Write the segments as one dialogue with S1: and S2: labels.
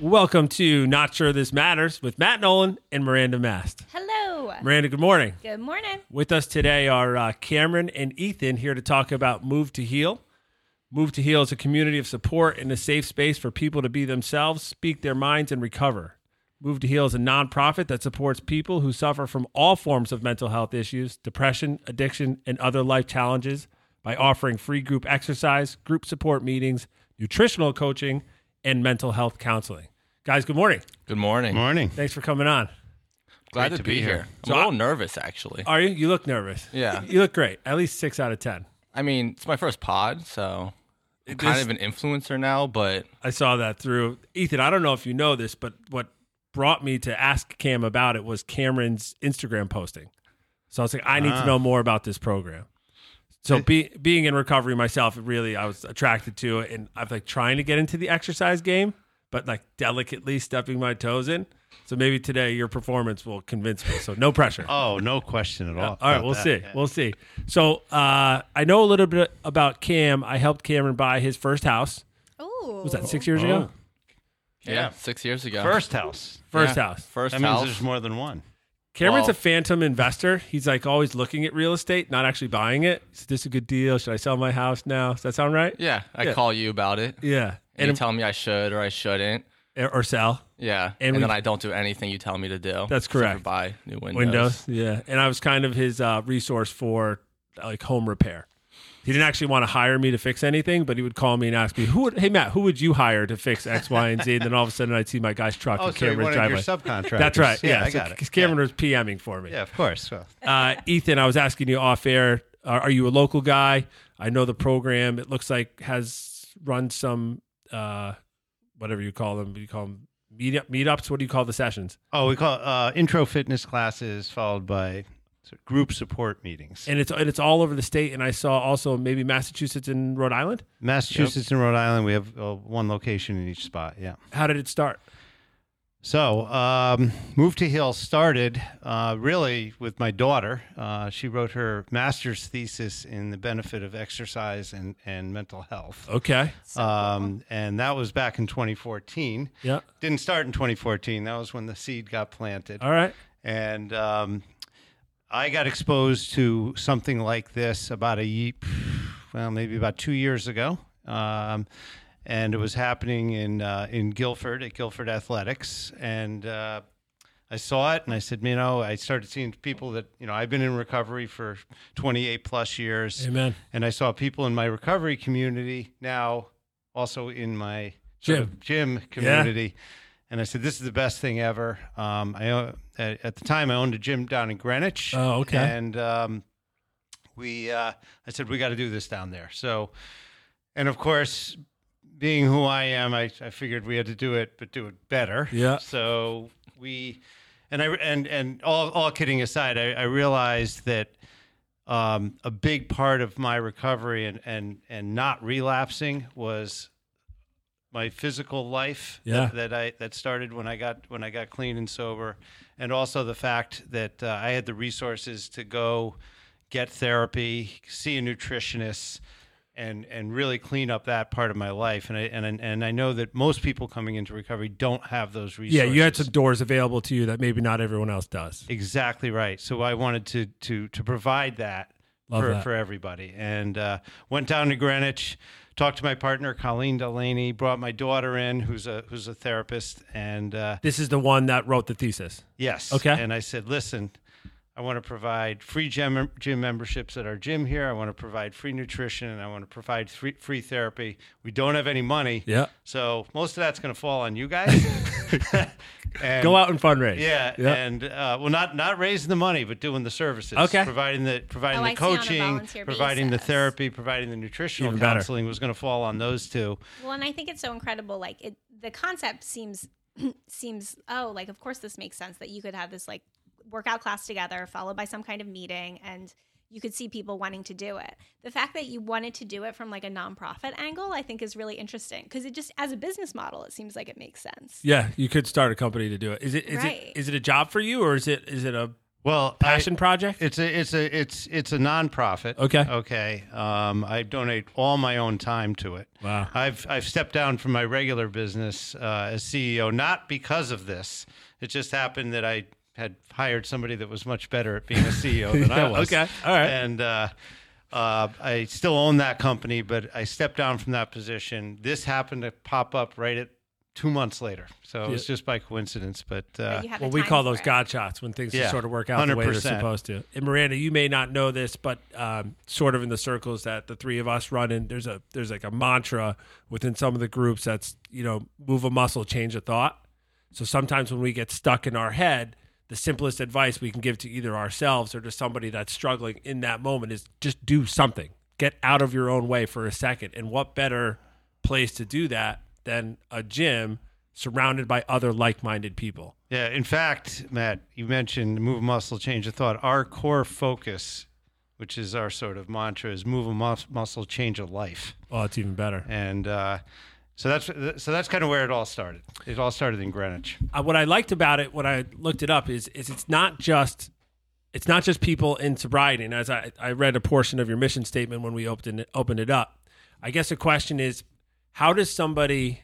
S1: Welcome to Not Sure This Matters with Matt Nolan and Miranda Mast.
S2: Hello.
S1: Miranda, good morning.
S2: Good morning.
S1: With us today are uh, Cameron and Ethan here to talk about Move to Heal. Move to Heal is a community of support and a safe space for people to be themselves, speak their minds, and recover. Move to Heal is a nonprofit that supports people who suffer from all forms of mental health issues, depression, addiction, and other life challenges by offering free group exercise, group support meetings, nutritional coaching, and mental health counseling. Guys, good morning.
S3: Good morning.
S4: Morning.
S1: Thanks for coming on.
S3: Glad
S4: Great
S3: to, be, here. I'm
S1: So
S3: a
S1: I- Oh.
S3: little nervous, actually.
S1: Are you? You look nervous.
S3: Yeah.
S1: You look great. At least six out of 10.
S3: I mean, it's my first pod, so I'm
S1: This-
S3: kind of an influencer now, but
S1: I saw that through Ethan. I don't know if you know this, but what brought me to ask Cam about it was Cameron's Instagram posting. So I was like, I need to know more about this program. So be, being in recovery myself, it really I was attracted to it, and I've like trying to get into the exercise game, but like delicately stepping my toes in. So maybe today your performance will convince me. So no pressure.
S4: Oh, no question at all.
S1: Uh, All right,
S4: about
S1: we'll
S4: that.
S1: see. We'll see. So uh, I know a little bit about Cam. I helped Cameron buy his first house.
S2: Oh.
S1: Was that six years ago?
S3: yeah, six years ago.
S4: First house.
S1: First
S3: Yeah,
S1: house.
S3: First
S4: That means
S3: house.
S4: there's more than one.
S1: Cameron's a
S3: Well-
S1: phantom investor. He's like always looking at real estate, not actually buying it. Is this a good deal? Should I sell my house now? Does that sound right?
S3: yeah, I
S1: Yeah.
S3: call you about it.
S1: Yeah.
S3: And you
S1: And,
S3: tell me I should or I shouldn't.
S1: or sell
S3: Yeah.
S1: And
S3: And,
S1: we-
S3: then I don't do anything you tell me to do.
S1: That's
S3: except for
S1: correct.
S3: Buy new windows.
S1: windows. Yeah. And I was kind of his uh, resource for like home repair. He didn't actually want to hire me to fix anything, but he would call me and ask me, "Who would? Hey Matt, who would you hire to fix X, Y, and Z?" And then all of a sudden, I'd see my guy's truck
S4: Oh,
S1: in
S4: so you're
S1: Cameron's
S4: one of
S1: driveway.
S4: your subcontractors.
S1: That's right. Yeah,
S4: I
S1: so
S4: got it.
S1: Cameron was PMing for me.
S4: Yeah, of course. Well,
S1: Uh, Ethan, I was asking you off air. Are, are you a local guy? I know the program. It looks like has run some uh, whatever you call them. You call them meet meetups. What do you call the sessions?
S4: oh, we call it, uh, intro fitness classes followed by sort of group support meetings.
S1: And it's and it's all over the state. And I saw also maybe Massachusetts and Rhode Island.
S4: Massachusetts and Rhode Island, we have uh, one location in each spot. Yeah.
S1: How did it start?
S4: So, um, Move to Hill started uh, really with my daughter. Uh, she wrote her master's thesis in the benefit of exercise and, and mental health.
S1: Okay. uh,
S4: Um, and that was back in 2014.
S1: Yeah.
S4: Didn't start in 2014. That was when the seed got planted.
S1: All right.
S4: And um, I got exposed to something like this about a ye well, maybe about two years ago. Um, and it was happening in uh, in Guilford at Guilford Athletics. And uh, I saw it and I said, you know, I started seeing people that, you know, I've been in recovery for 28 plus years
S1: Amen.
S4: and I saw people in my recovery community now, also in my sort
S1: Gym.
S4: of gym community. And I said, "This is the best thing ever." Um, I o- at, at the time I owned a gym down in Greenwich.
S1: Oh, okay.
S4: And um, we, uh, I said, "We got to do this down there." So, and of course, being who I am, I, I figured we had to do it, but do it better.
S1: Yeah.
S4: So we, and I and and all all kidding aside, I, I realized that um, a big part of my recovery and and and not relapsing was my physical life
S1: Yeah.
S4: that, that I that started when I got when I got clean and sober, and also the fact that uh, I had the resources to go get therapy, see a nutritionist, and and really clean up that part of my life. And I and and I know that most people coming into recovery don't have those
S1: Yeah,
S4: resources.
S1: you had some doors available to you that maybe not everyone else does.
S4: Exactly right. So I wanted to to to provide that
S1: Love
S4: for
S1: that.
S4: for everybody, and uh, went down to Greenwich, talked to my partner Colleen Delaney, brought my daughter in, who's a who's a therapist, and uh,
S1: This is the one that wrote the thesis.
S4: yes,
S1: Okay.
S4: And I said, listen. I want to provide free gym, gym memberships at our gym here. I want to provide free nutrition and I want to provide free, free therapy. We don't have any money.
S1: Yeah.
S4: So most of that's going to fall on you guys. And-
S1: Go out and fundraise.
S4: yeah,
S1: Yeah.
S4: and uh, well, not not raising the money, but doing the services.
S1: Okay.
S4: providing the providing
S2: Oh,
S4: the
S2: I see, on a
S4: coaching,
S2: volunteer
S4: providing the
S2: basis.
S4: therapy, providing the nutritional
S1: Even better.
S4: counseling was going to fall on those two.
S2: Well, and I think it's so incredible. Like it, the concept seems seems oh, like of course this makes sense that you could have this like workout class together, followed by some kind of meeting, and you could see people wanting to do it. The fact that you wanted to do it from like a nonprofit angle, I think, is really interesting because it just as a business model, it seems like it makes sense.
S1: Yeah, you could start a company to do it. Is it is
S2: Right.
S1: it is it a job for you or is it is it a
S4: Well, I-
S1: Passion project?
S4: It's a it's a it's it's a nonprofit.
S1: Okay.
S4: Okay. Um, I donate all my own time to it.
S1: Wow.
S4: I've I've stepped down from my regular business uh, as CEO not because of this. It just happened that I had hired somebody that was much better at being a CEO than
S1: Yeah,
S4: I was.
S1: okay. All right.
S4: And uh, uh, I still own that company, but I stepped down from that position. This happened to pop up right at two months later, so it was just by coincidence. But uh,
S2: you have the
S1: Well, we
S2: time
S1: call
S2: for
S1: those
S2: it.
S1: God shots when things just
S4: Yeah,
S1: sort of work out the way they're
S4: 100%.
S1: supposed to. And Miranda, you may not know this, but um, sort of in the circles that the three of us run in, there's a there's like a mantra within some of the groups that's you know move a muscle, change a thought. So sometimes when we get stuck in our head, the simplest advice we can give to either ourselves or to somebody that's struggling in that moment is just do something. Get out of your own way for a second. And what better place to do that than a gym surrounded by other like-minded people?
S4: Yeah, in fact, Matt, you mentioned move a muscle, change a thought. Our core focus, which is our sort of mantra, is move a mus- muscle, change a life,
S1: Oh, it's even better.
S4: and uh, so that's so that's kind of where it all started. It all started in Greenwich.
S1: Uh, what I liked about it when I looked it up is is it's not just it's not just people in sobriety. And as I, I read a portion of your mission statement when we opened it, opened it up, I guess the question is, how does somebody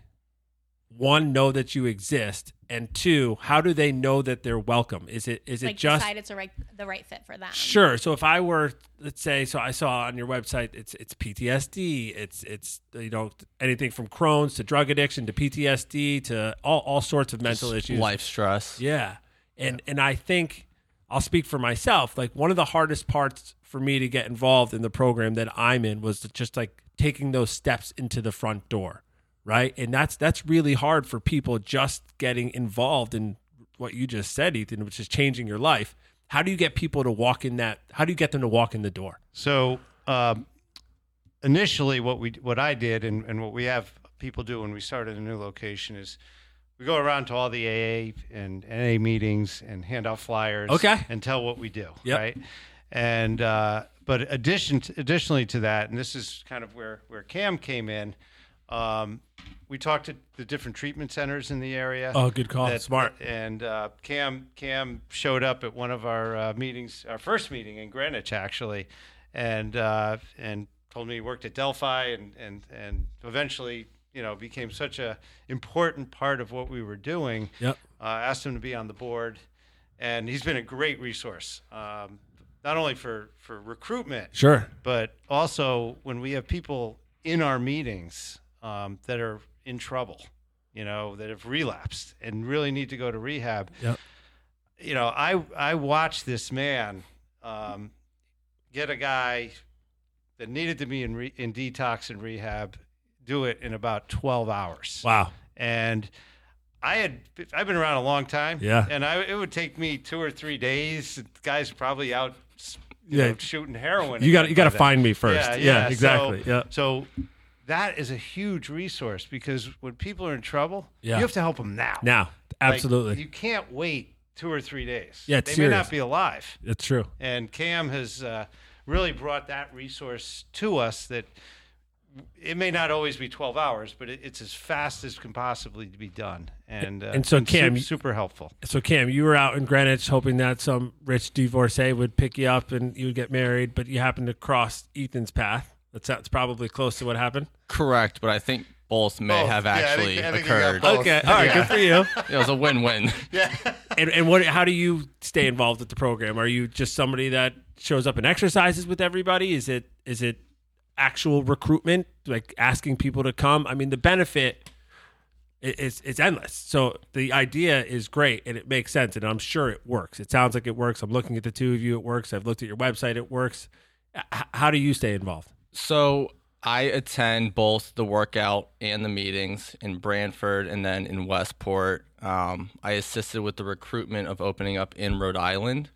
S1: one know that you exist, and two, how do they know that they're welcome? Is it is it
S2: like
S1: just
S2: decide it's a right, the right fit for them.
S1: Sure. So if I were, let's say, so I saw on your website, it's it's PTSD, it's it's you know anything from Crohn's to drug addiction to PTSD to all, all sorts of mental issues.
S3: Life stress.
S1: Yeah. And and I think I'll speak for myself. Like one of the hardest parts for me to get involved in the program that I'm in was just like taking those steps into the front door, right? And that's that's really hard for people just getting involved in what you just said, Ethan, which is changing your life. How do you get people to walk in that? How do you get them to walk in the door?
S4: So um, initially, what we what I did and, and what we have people do when we started a new location is we go around to all the AA and NA meetings and hand out flyers,
S1: Okay.
S4: and tell what we do,
S1: Yep.
S4: right? And uh, but addition additionally to that, and this is kind of where where Cam came in. Um, we talked to the different treatment centers in the area.
S1: Oh, good call.
S4: That-
S1: Smart.
S4: And uh, Cam Cam showed up at one of our uh, meetings, our first meeting in Greenwich, actually, and uh, and told me he worked at Delphi, and and and eventually, you know, became such a important part of what we were doing.
S1: Yep.
S4: Uh, asked him to be on the board, and he's been a great resource, um, not only for for recruitment,
S1: Sure.
S4: but also when we have people in our meetings um, that are in trouble, you know, that have relapsed and really need to go to rehab.
S1: Yep.
S4: You know, I I watched this man um, get a guy that needed to be in re- in detox and rehab do it in about twelve hours
S1: Wow.
S4: and I had I've been around a long time.
S1: Yeah.
S4: and I it would take me two or three days. The guy's probably out, you
S1: Yeah.
S4: know, shooting heroin.
S1: You got
S4: again
S1: you
S4: by
S1: got to
S4: then.
S1: find me first. Yeah.
S4: So-
S1: exactly. yeah.
S4: So that is a huge resource because when people are in trouble,
S1: Yeah.
S4: you have to help them now.
S1: Now,
S4: Like,
S1: absolutely,
S4: you can't wait two or three days.
S1: Yeah, it's
S4: they may
S1: serious.
S4: not be alive
S1: it's true.
S4: and Cam has uh, really brought that resource to us. That it may not always be twelve hours, but it, it's as fast as can possibly be done. And uh,
S1: And so, Cam,
S4: super, super helpful.
S1: So Cam, you were out in Greenwich hoping that some rich divorcee would pick you up and you would get married, but you happened to cross Ethan's path. That's that's probably close to what happened.
S3: Correct, but I think both may
S4: Both.
S3: have
S4: Yeah, I think-
S3: actually
S4: I think they got
S3: occurred.
S4: both.
S1: Okay, all right, good for you.
S3: It was a win-win.
S1: And and what? How do you stay involved with the program? Are you just somebody that shows up and exercises with everybody? Is it is it actual recruitment, like asking people to come? I mean, the benefit i- is it's endless. So the idea is great, and it makes sense, and I'm sure it works. It sounds like it works. I'm looking at the two of you, it works. I've looked at your website, it works. H- how do you stay involved?
S3: So I attend both the workout and the meetings in Branford and then in Westport. Um, I assisted with the recruitment of opening up in Rhode Island,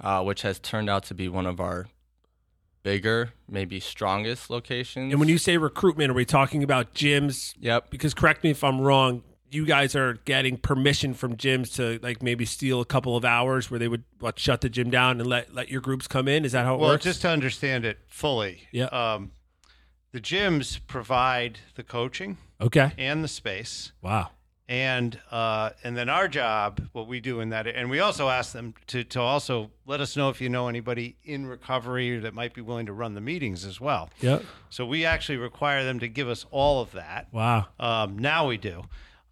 S3: uh, which has turned out to be one of our bigger, maybe strongest locations.
S1: And when you say recruitment, are we talking about gyms,
S3: yep,
S1: because correct me if I'm wrong, you guys are getting permission from gyms to like maybe steal a couple of hours where they would what, shut the gym down and let let your groups come in. Is that how it
S4: Well,
S1: works?
S4: just to understand it fully,
S1: Yeah.
S4: Um, the gyms provide the coaching
S1: okay.
S4: and the space,
S1: Wow.
S4: and uh, and then our job, what we do in that, and we also ask them to to also let us know if you know anybody in recovery that might be willing to run the meetings as well.
S1: Yep.
S4: So we actually require them to give us all of that.
S1: Wow.
S4: Um, now we do,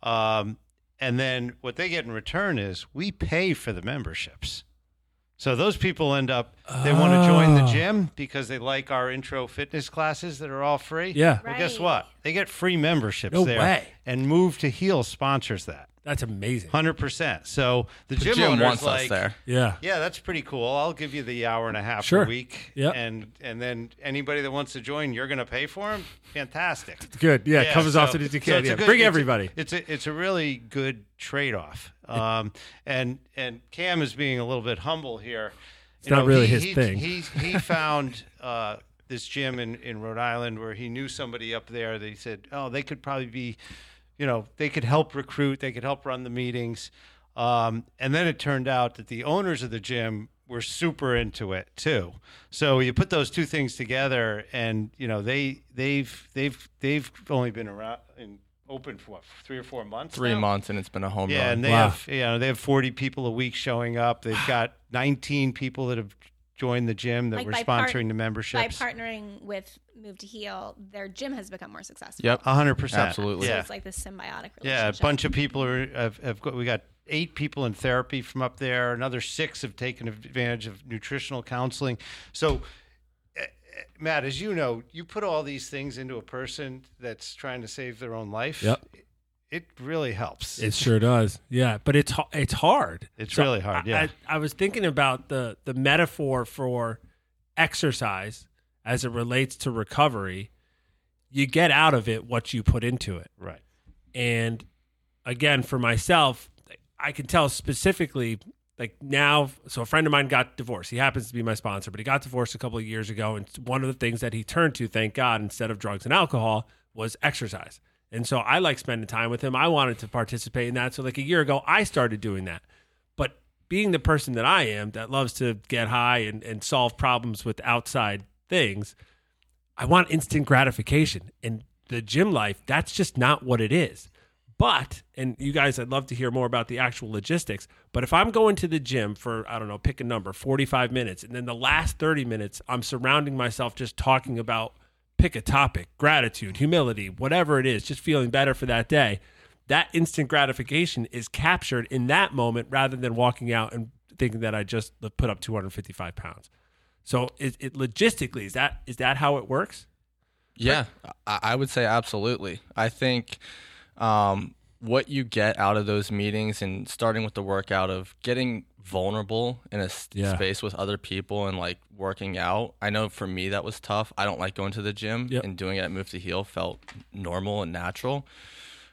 S4: um, and then what they get in return is we pay for the memberships. So those people end up they want to join the
S1: Oh.
S4: gym because they like our intro fitness classes that are all free.
S1: Yeah.
S4: Well, guess
S2: Right.
S4: what? They get free memberships
S1: No
S4: there.
S1: way.
S4: And Move to Heal sponsors that
S1: That's amazing.
S4: 100%. So the,
S3: The
S4: gym,
S3: gym
S4: owner's
S3: wants
S4: like,
S3: us there.
S1: Yeah.
S4: Yeah, that's pretty cool. I'll give you the hour and a half
S1: Sure.
S4: a week.
S1: Yeah.
S4: And and then anybody that wants to join, you're going to pay for them? Fantastic.
S1: Good. Yeah.
S4: Yeah,
S1: covers
S4: so-
S1: off to the
S4: so
S1: kid.
S4: it's a
S1: yeah.
S4: good-
S1: Bring
S4: it's a-
S1: everybody.
S4: It's a it's a really good trade off. Um, and and Cam is being a little bit humble here. It's
S1: not really his
S4: he,
S1: thing.
S4: He he found uh, this gym in in Rhode Island where he knew somebody up there that he said, oh, they could probably be, you know, they could help recruit, they could help run the meetings. Um, and then it turned out that the owners of the gym were super into it too. So you put those two things together, and you know they they've they've they've only been around and open for what three or four months.
S3: Three
S4: now?
S3: months and it's been a home
S4: Yeah,
S3: run.
S4: and they
S1: Wow.
S4: have you know they have forty people a week showing up. They've got nineteen people that have joined the gym that
S2: Like
S4: were
S2: by part-
S4: sponsoring the
S2: By
S4: memberships.
S2: partnering with Move to Heal, their gym has become more successful.
S3: yep.
S4: A hundred percent,
S3: Absolutely.
S2: So
S4: Yeah,
S2: it's like this symbiotic relationship.
S4: yeah. A bunch of people are have, have got, we got eight people in therapy from up there. Another six have taken advantage of nutritional counseling. So. eh, eh, Matt, as you know, you put all these things into a person that's trying to save their own life.
S1: Yep.
S4: It really helps.
S1: It sure does. Yeah, but it's h- it's hard.
S4: It's really hard,
S1: I-
S4: yeah.
S1: I, I was thinking about the the metaphor for exercise as it relates to recovery. You get out of it what you put into it.
S4: right.
S1: And again, for myself, I can tell specifically, like now, so a friend of mine got divorced. He happens to be my sponsor, but he got divorced a couple of years ago. And one of the things that he turned to, thank God, instead of drugs and alcohol, was exercise. And so I like spending time with him. I wanted to participate in that. So, like a year ago, I started doing that. But being the person that I am that loves to get high and, and solve problems with outside things, I want instant gratification. And the gym life, that's just not what it is. But, and you guys, I'd love to hear more about the actual logistics. But if I'm going to the gym for, I don't know, pick a number, 45 minutes, and then the last 30 minutes, I'm surrounding myself just talking about pick a topic, gratitude, humility, whatever it is, just feeling better for that day. That instant gratification is captured in that moment rather than walking out and thinking that I just put up 255 pounds. So it, it logistically is that is that how it works?
S3: Yeah, I, I would say absolutely. I think um, what you get out of those meetings and starting with the workout of getting vulnerable in a s-
S1: Yeah.
S3: space with other people and like working out. I know for me that was tough. I don't like going to the gym
S1: Yep.
S3: and doing it at Move to Heal felt normal and natural.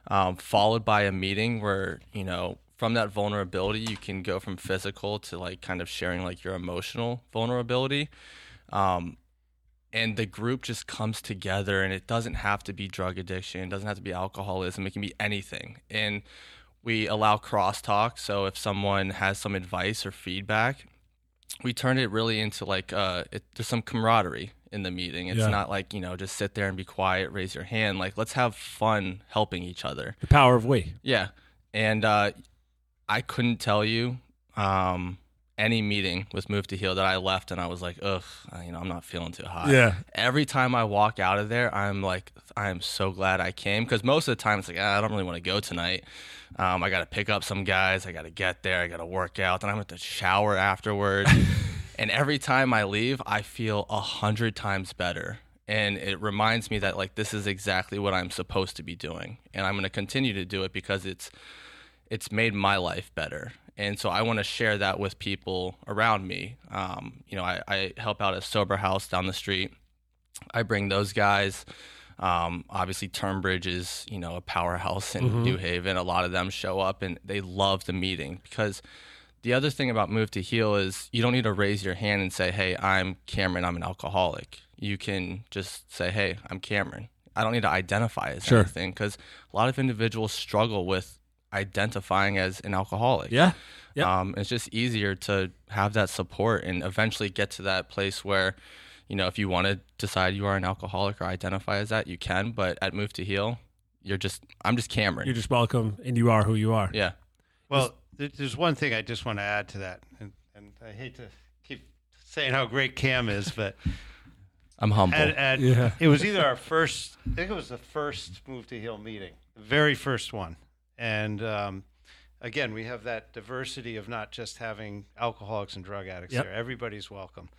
S3: Um, followed by a meeting where, you know, from that vulnerability, you can go from physical to like kind of sharing like your emotional vulnerability and the group just comes together and it doesn't have to be drug addiction it doesn't have to be alcoholism it can be anything and we allow crosstalk so if someone has some advice or feedback we turn it really into like uh it, there's some camaraderie in the meeting it's
S1: Yeah.
S3: not like you know just sit there and be quiet raise your hand like let's have fun helping each other
S1: The power of we.
S3: yeah. And uh, I couldn't tell you um, any meeting with Move to Heal that I left and I was like, ugh, I- you know, I'm not feeling too hot.
S1: Yeah.
S3: Every time I walk out of there, I'm like, I am so glad I came because most of the time it's like, ah, I don't really want to go tonight. Um, I got to pick up some guys. I got to get there. I got to work out. Then I'm at the shower afterwards. and every time I leave, I feel a hundred times better. And it reminds me that like this is exactly what I'm supposed to be doing, and I'm going to continue to do it because it's it's made my life better. And so I want to share that with people around me. Um, you know, I, I help out at Sober House down the street. I bring those guys. Um, obviously, Turnbridge is you know a powerhouse in New Haven. A lot of them show up and they love the meeting because the other thing about Move to Heal is you don't need to raise your hand and say, "Hey, I'm Cameron. I'm an alcoholic." You can just say, "Hey, I'm Cameron." I don't need to identify as
S1: Sure.
S3: anything because a lot of individuals struggle with identifying as an alcoholic.
S1: Yeah. Yeah.
S3: Um, it's just easier to have that support and eventually get to that place where, you know, if you want to decide you are an alcoholic or identify as that, you can. But at Move to Heal, you're just I'm just Cameron.
S1: You're just welcome, and you are who you are.
S3: yeah.
S4: Well, there- there's one thing I just want to add to that, and, and I hate to keep saying how great Cam is, but
S3: I'm humble.
S4: at, at,
S1: Yeah.
S4: it was either our first, I think it was the first Move to Heal meeting, the very first one. And um, again, we have that diversity of not just having alcoholics and drug addicts
S1: Yep.
S4: here, everybody's welcome.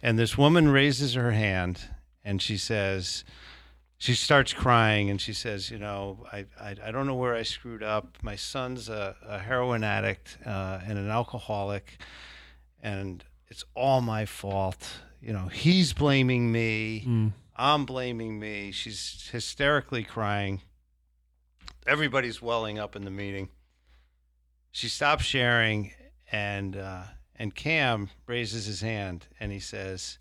S4: And this woman raises her hand and she says, she starts crying and she says, "You know, I I, I don't know where I screwed up. My son's a, a heroin addict uh, and an alcoholic, and it's all my fault. You know, he's blaming me.
S1: Mm,
S4: I'm blaming me." She's hysterically crying. Everybody's welling up in the meeting. She stops sharing, and uh, and Cam raises his hand and he says.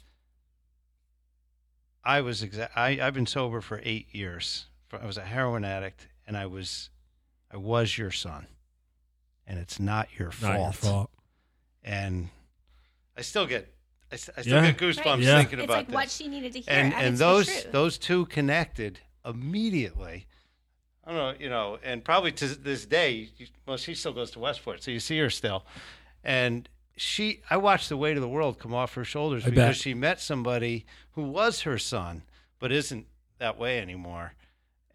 S4: I was exa- I I've been sober for eight years. For- I was a heroin addict, and I was, I was your son, and it's not your fault.
S1: Not your fault.
S4: And I still get, I, s- I still
S1: Yeah.
S4: get goosebumps
S2: Right.
S1: Yeah.
S4: thinking
S2: it's
S4: about
S2: like what
S4: this.
S2: she needed to hear,
S4: and
S2: and,
S4: and
S2: it's
S4: those
S2: the truth.
S4: those two connected immediately. I don't know, you know, and probably to this day, you- well, she still goes to Westport, so you see her still, and. She, I watched the weight of the world come off her shoulders
S1: I
S4: because
S1: bet.
S4: she met somebody who was her son, but isn't that way anymore,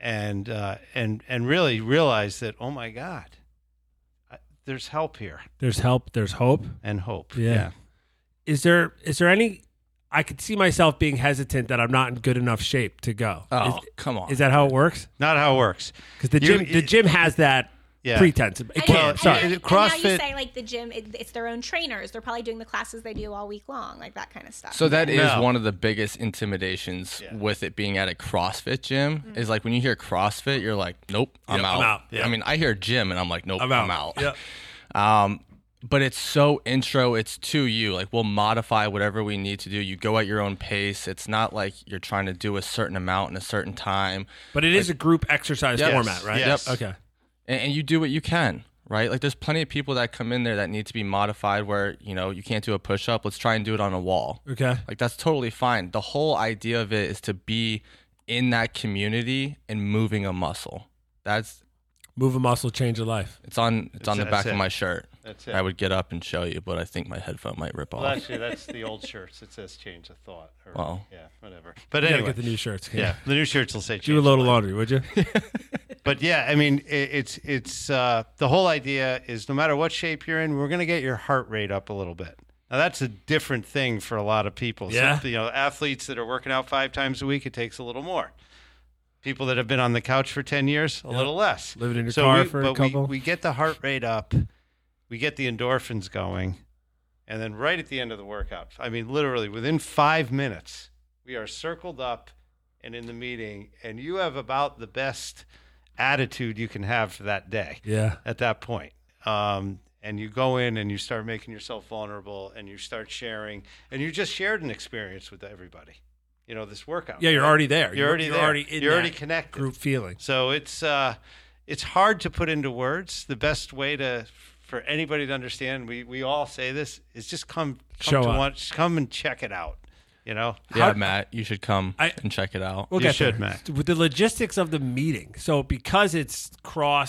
S4: and uh, and and really realized that oh my god, I, there's help here
S1: There's help. There's hope.
S4: and hope.
S1: Yeah. Is there is there any? I could see myself being hesitant that I'm not in good enough shape to go.
S3: oh,
S1: is,
S3: come on.
S1: is that how it works?
S4: not how it works.
S1: Because the
S4: You-
S1: gym the gym has that
S4: Yeah.
S1: pretense. It
S2: I
S1: can't.
S2: know,
S4: Well,
S2: and
S1: sorry.
S2: now-
S4: it-
S2: and now you
S4: CrossFit-
S2: say like the gym, it, it's their own trainers. They're probably doing the classes they do all week long, like that kind of stuff.
S3: So that is
S4: No.
S3: one of the biggest intimidations
S4: Yeah.
S3: with it being at a CrossFit gym. Is like when you hear CrossFit, you're like, nope, I'm
S1: Yep, I'm
S3: out.
S1: out. Yeah.
S3: I mean, I hear gym and I'm like, nope, I'm out.
S1: Yep.
S3: Um, but it's so intro. It's to you. Like we'll modify whatever we need to do. You go at your own pace. It's not like you're trying to do a certain amount in a certain time.
S1: But it is a group exercise
S3: Yes.
S1: format, right?
S4: Yes.
S1: Okay.
S3: and, and you do what you can right like there's plenty of people that come in there that need to be modified where you know you can't do a push-up let's try and do it on a wall
S1: Okay.
S3: like that's totally fine the whole idea of it is to be in that community and moving a muscle that's
S1: Move a muscle, change a life.
S3: it's on it's, on the
S4: That's
S3: back of
S4: it.
S3: my shirt
S4: That's it.
S3: i would get up and show you but i think my headphone might rip
S4: Well,
S3: off
S4: actually, that's the old shirts. It says change of thought. Or,
S3: Well.
S4: yeah, whatever. But
S1: You gotta
S4: anyway,
S1: get the new shirts.
S4: yeah, the new shirts will say change.
S1: Do a
S4: of
S1: load of
S4: thought.
S1: laundry, would you?
S4: But yeah, I mean, i it's it's uh, the whole idea is no matter what shape you're in, we're going to get your heart rate up a little bit. Now that's a different thing for a lot of people.
S1: Yeah.
S4: Some, you know, athletes that are working out five times a week, it takes a little more. People that have been on the couch for ten years, a little less.
S1: Living in your
S4: So
S1: car
S4: we-
S1: for a
S4: but
S1: couple.
S4: We, we get the heart rate up, we get the endorphins going, and then right at the end of the workout, I mean, literally within five minutes, we are circled up and in the meeting, and you have about the best attitude you can have for that day
S1: yeah.
S4: at that point. Um, and you go in and you start making yourself vulnerable and you start sharing, and you just shared an experience with everybody. You know, this workout.
S1: Yeah, you're
S4: right?
S1: already there.
S4: You're already
S1: you're
S4: there.
S1: already in
S4: You're already
S1: that
S4: connected.
S1: group feeling.
S4: So it's uh, it's hard to put into words. The best way to for anybody to understand, we we all say this, is just come, come
S1: Show
S4: to
S1: up.
S4: one, just come and check it out. You know,
S3: yeah
S1: How-
S3: matt you should come
S1: I-
S3: and check it out
S1: We'll
S4: You
S1: get
S4: should,
S1: there.
S4: Matt.
S1: With the logistics of the meeting, so because it's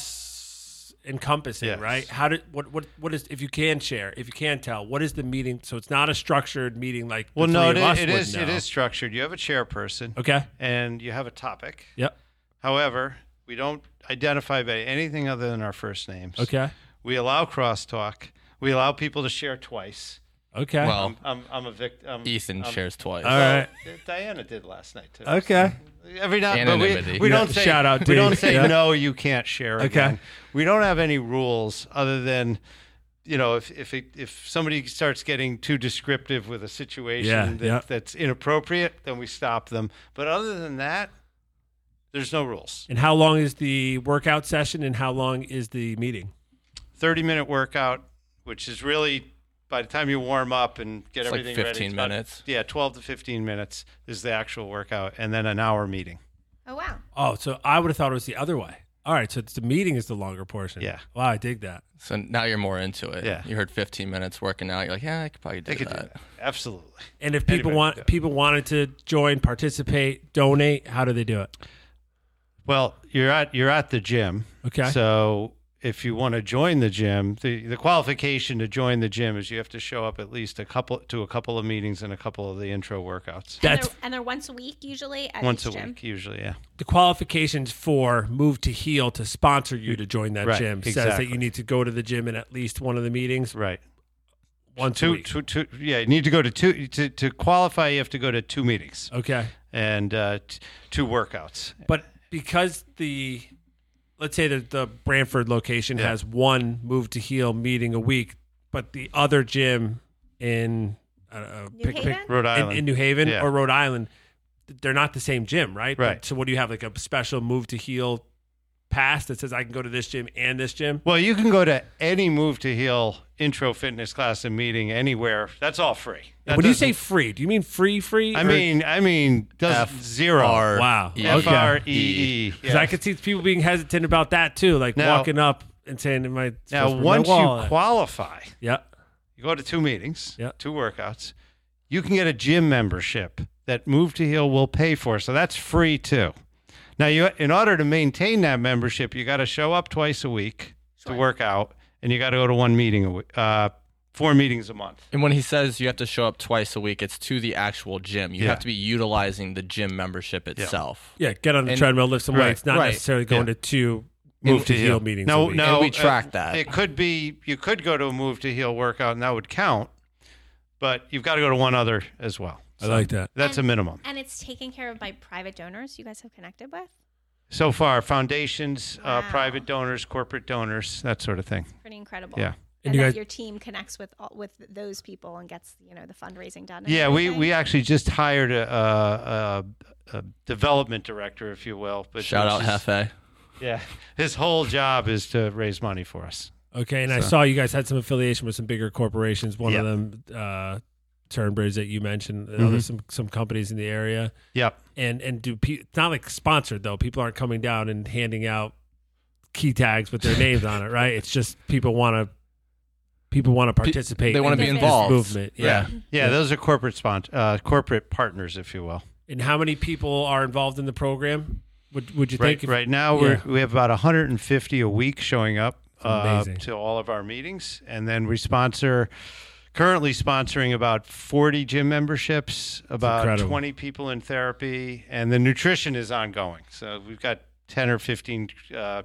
S1: cross encompassing,
S4: Yes.
S1: right? How did what what what is if you can share, if you can tell, what is the meeting? So it's not a structured meeting like the
S4: well, no,
S1: three
S4: it,
S1: of us
S4: it
S1: would
S4: is it
S1: know.
S4: is structured. You have a chairperson,
S1: okay.
S4: and you have a topic.
S1: Yep.
S4: However, we don't identify by anything other than our first names.
S1: Okay.
S4: We allow crosstalk. We allow people to share twice.
S1: Okay.
S3: well
S4: I'm, I'm, I'm a victim.
S3: Oh. ethan shares twice
S1: All right.
S4: Diana did last night too.
S1: Okay.
S4: Every now and we,
S3: Anonymity.
S4: we
S1: Yeah,
S4: don't say
S1: shout out
S4: we
S1: to-
S4: don't say
S1: yeah.
S4: no you can't share
S1: Okay.
S4: again. We don't have any rules other than you know if if it, if somebody starts getting too descriptive with a situation
S1: Yeah,
S4: that,
S1: yeah.
S4: that's inappropriate then we stop them. But other than that there's no rules.
S1: And how long is the workout session and how long is the meeting?
S4: 30 minute workout which is really by the time you warm up and get
S3: It's like
S4: everything ready
S3: 15
S4: it's about-
S3: minutes.
S4: yeah, 12 to 15 minutes is the actual workout and then an hour meeting.
S2: oh wow,
S1: Oh, so I would have thought it was the other way. All right, so it's the meeting is the longer portion.
S4: Yeah.
S1: Wow, I dig that.
S3: so now you're more into it
S4: Yeah.
S3: you heard 15 minutes working out you're like yeah i could probably do
S4: They could do
S3: that
S4: that. Absolutely.
S1: And if people
S4: Anybody
S1: want
S4: can do it.
S1: people wanted to join, participate, donate, how do they do it?
S4: Well, you're at you're at the gym.
S1: Okay.
S4: So if you want to join the gym, the, the qualification to join the gym is you have to show up at least a couple to a couple of meetings and a couple of the intro workouts.
S2: And
S1: That's
S2: they're, and they're once a week usually. At
S4: Once a
S2: each gym.
S4: week, usually, yeah.
S1: the qualifications for Move to Heal to sponsor you to join that
S4: Right,
S1: gym. Says that
S4: exactly.
S1: you need to go to the gym in at least one of the meetings
S4: Right.
S1: once a
S4: Two,
S1: week.
S4: two, two, yeah, you need to go to two to, to qualify you have to go to two meetings
S1: Okay.
S4: and uh, t- two workouts.
S1: But because the let's say that the Branford location
S4: Yeah.
S1: has one move to heal meeting a week, but the other gym in uh,
S2: New Haven?
S4: Rhode
S1: in,
S4: Island.
S1: in New Haven
S4: Yeah.
S1: or Rhode Island, th- they're not the same gym, right?
S4: Right.
S1: So what do you have like a special move to heal pass that says I can go to this gym and this gym?
S4: well, you can go to any Move to Heal intro fitness class and meeting anywhere. That's all free. That
S1: when you
S4: doesn't-
S1: say free, do you mean free free?
S4: I
S1: or-
S4: mean, I mean, does
S3: F
S4: zero.
S3: R
S1: Oh, Wow.
S3: E.
S4: F
S1: Okay.
S4: R E E.
S1: 'cause I could see people being hesitant about that too, like
S4: Now-
S1: walking up and saying, "Am I?" supposed
S4: Now,
S1: to put my
S4: once
S1: wallet?
S4: you qualify,
S1: yeah,
S4: you go to two meetings,
S1: Yeah.
S4: two workouts, you can get a gym membership that Move to Heal will pay for. So that's free too. Now, you in order to maintain that membership, you got to show up twice a week
S2: Sure.
S4: to work out, and you got to go to one meeting a week, uh, four meetings a month.
S3: And when he says you have to show up twice a week, it's to the actual gym. You have to be utilizing the gym membership itself.
S1: yeah, get on the
S3: And-
S1: treadmill, lift some
S4: Right,
S1: weights, not
S3: right.
S1: necessarily going to two move to heal meetings. a
S4: No,
S1: week.
S4: no,
S3: And we
S4: uh,
S3: track that.
S4: It could be you could go to a move to heal workout, and that would count. But you've got to go to one other as well.
S1: I like that.
S4: That's a minimum.
S2: And it's taken care of by private donors you guys have connected with.
S4: So far, foundations, uh,
S2: Wow.
S4: private donors, corporate donors, that sort of thing.
S2: Pretty incredible.
S4: Yeah.
S1: And
S2: And,
S1: you
S2: that
S1: guys-
S2: your team connects with all, with those people and gets you know the fundraising done. and
S4: Yeah, we,
S2: everything.
S4: we actually just hired a, a, a, a development director, if you will. But
S3: Shout out
S4: this is-
S3: Hefe.
S4: Yeah, his whole job is to raise money for us.
S1: Okay, and I saw you guys had some affiliation with some bigger corporations. One of them, uh, Turnbridge, that you mentioned. The other some some companies in the area.
S4: Yep.
S1: And and do pe- it's not like sponsored though. People aren't coming down and handing out key tags with their names on it, right? It's just people want to people want to participate.
S3: they wanna
S1: in
S2: be
S1: this
S3: involved.
S1: movement. Yeah.
S4: Yeah, those are corporate spon- uh, corporate partners, if you will.
S1: And how many people are involved in the program? Would Would you
S4: Right,
S1: think? if-
S4: right now, we're, we have about 150 a week showing up uh,
S1: amazing.
S4: to all of our meetings. And then we sponsor, currently sponsoring about 40 gym memberships, about
S1: incredible.
S4: 20 people in therapy. And the nutrition is ongoing. So we've got 10 or 15 uh,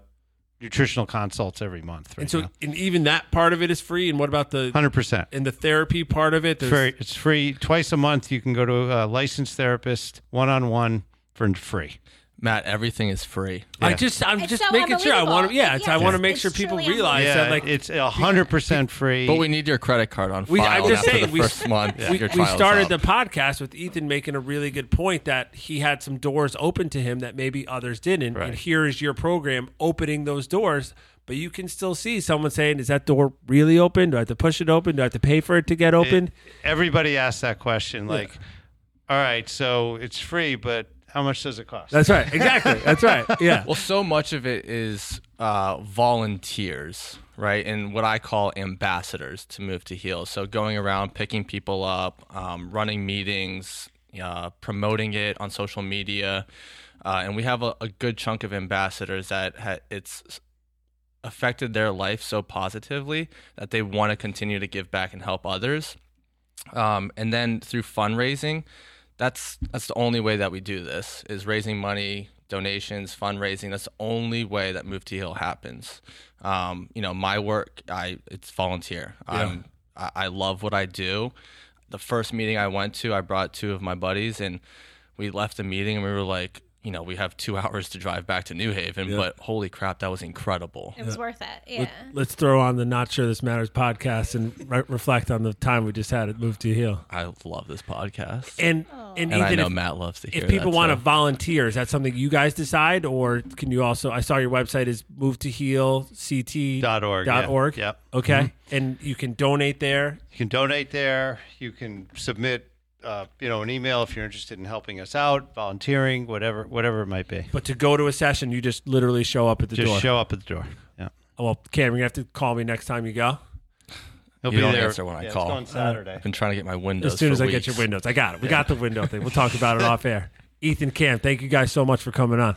S4: nutritional consults every month. Right
S1: And so,
S4: now.
S1: and even that part of it is free. And what about the
S4: 100%.
S1: and the therapy part of it?
S4: It's
S1: There's-
S4: free, it's free. Twice a month, you can go to a licensed therapist one on one for free.
S3: Matt, everything is free.
S1: I
S4: Yeah.
S1: just, I'm
S2: It's
S1: just
S2: so
S1: making sure. I want to,
S2: unbelievable.
S1: yeah, it's, I
S2: Yeah.
S1: want to make
S2: It's
S1: sure people
S2: truly
S1: realize that,
S4: Yeah,
S1: like,
S4: it's 100% free.
S3: But we need your credit card on
S1: We-
S3: file
S1: I'm just
S3: after
S1: saying,
S3: the
S1: we-
S3: first month.
S1: we,
S3: your
S1: we
S3: trial's
S1: started the
S3: up.
S1: podcast with Ethan making a really good point that he had some doors open to him that maybe others didn't.
S4: Right.
S1: And here is your program opening those doors, but you can still see someone saying, "Is that door really open? Do I have to push it open? Do I have to pay for it to get open?"
S4: everybody asks that question like all right so it's free but how much does it cost
S1: That's right, exactly. That's right. Yeah,
S3: Well, so much of it is uh, volunteers, right? And what I call ambassadors to Move to Heal. So going around, picking people up, um, running meetings, uh, promoting it on social media. Uh, and we have a, a good chunk of ambassadors that ha- it's affected their life so positively that they want to continue to give back and help others. Um, and then through fundraising, that's that's the only way that we do this is raising money, donations, fundraising. That's the only way that Move to Heal happens. Um, you know, my work, I it's volunteer. I'm, I, I love what I do. The first meeting I went to, I brought two of my buddies, and we left the meeting, and we were like, you know, we have two hours to drive back to New Haven, but holy crap, that was incredible.
S2: It was worth it. Yeah.
S1: let's throw on the "Not Sure This Matters" podcast and re- reflect on the time we just had at Move to Heal.
S3: I love this podcast, and,
S1: And
S2: Oh.
S1: and, Ethan,
S3: I know
S1: if-
S3: Matt loves to hear.
S1: if people
S3: that,
S1: want to
S3: so.
S1: volunteer, is that something you guys decide, or can you also? I saw your website is move to heal ct
S4: Dot org,
S1: dot
S4: yeah.
S1: org.
S4: Yep.
S1: Okay, and you can donate there.
S4: you can donate there you can submit uh, you know an email if you're interested in helping us out volunteering whatever whatever it might be
S1: But to go to a session, you just literally show up at the
S4: just
S1: door.
S4: show up at the door yeah
S1: Oh, well, Cam, you're gonna have to call me next time you go.
S4: he'll
S3: You
S4: be
S3: don't
S4: there
S3: answer when I
S4: Yeah, it's
S3: call.
S4: going saturday
S3: I've been trying to get my windows
S1: As soon
S3: for
S1: as I get
S3: weeks.
S1: your windows, I got it. We got the window thing. We'll talk about it off air. Ethan, Cam, thank you guys so much for coming on.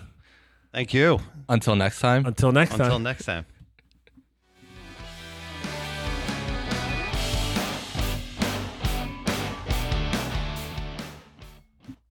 S3: Thank you.
S5: Until next time.
S4: Until next time.
S3: Until next time.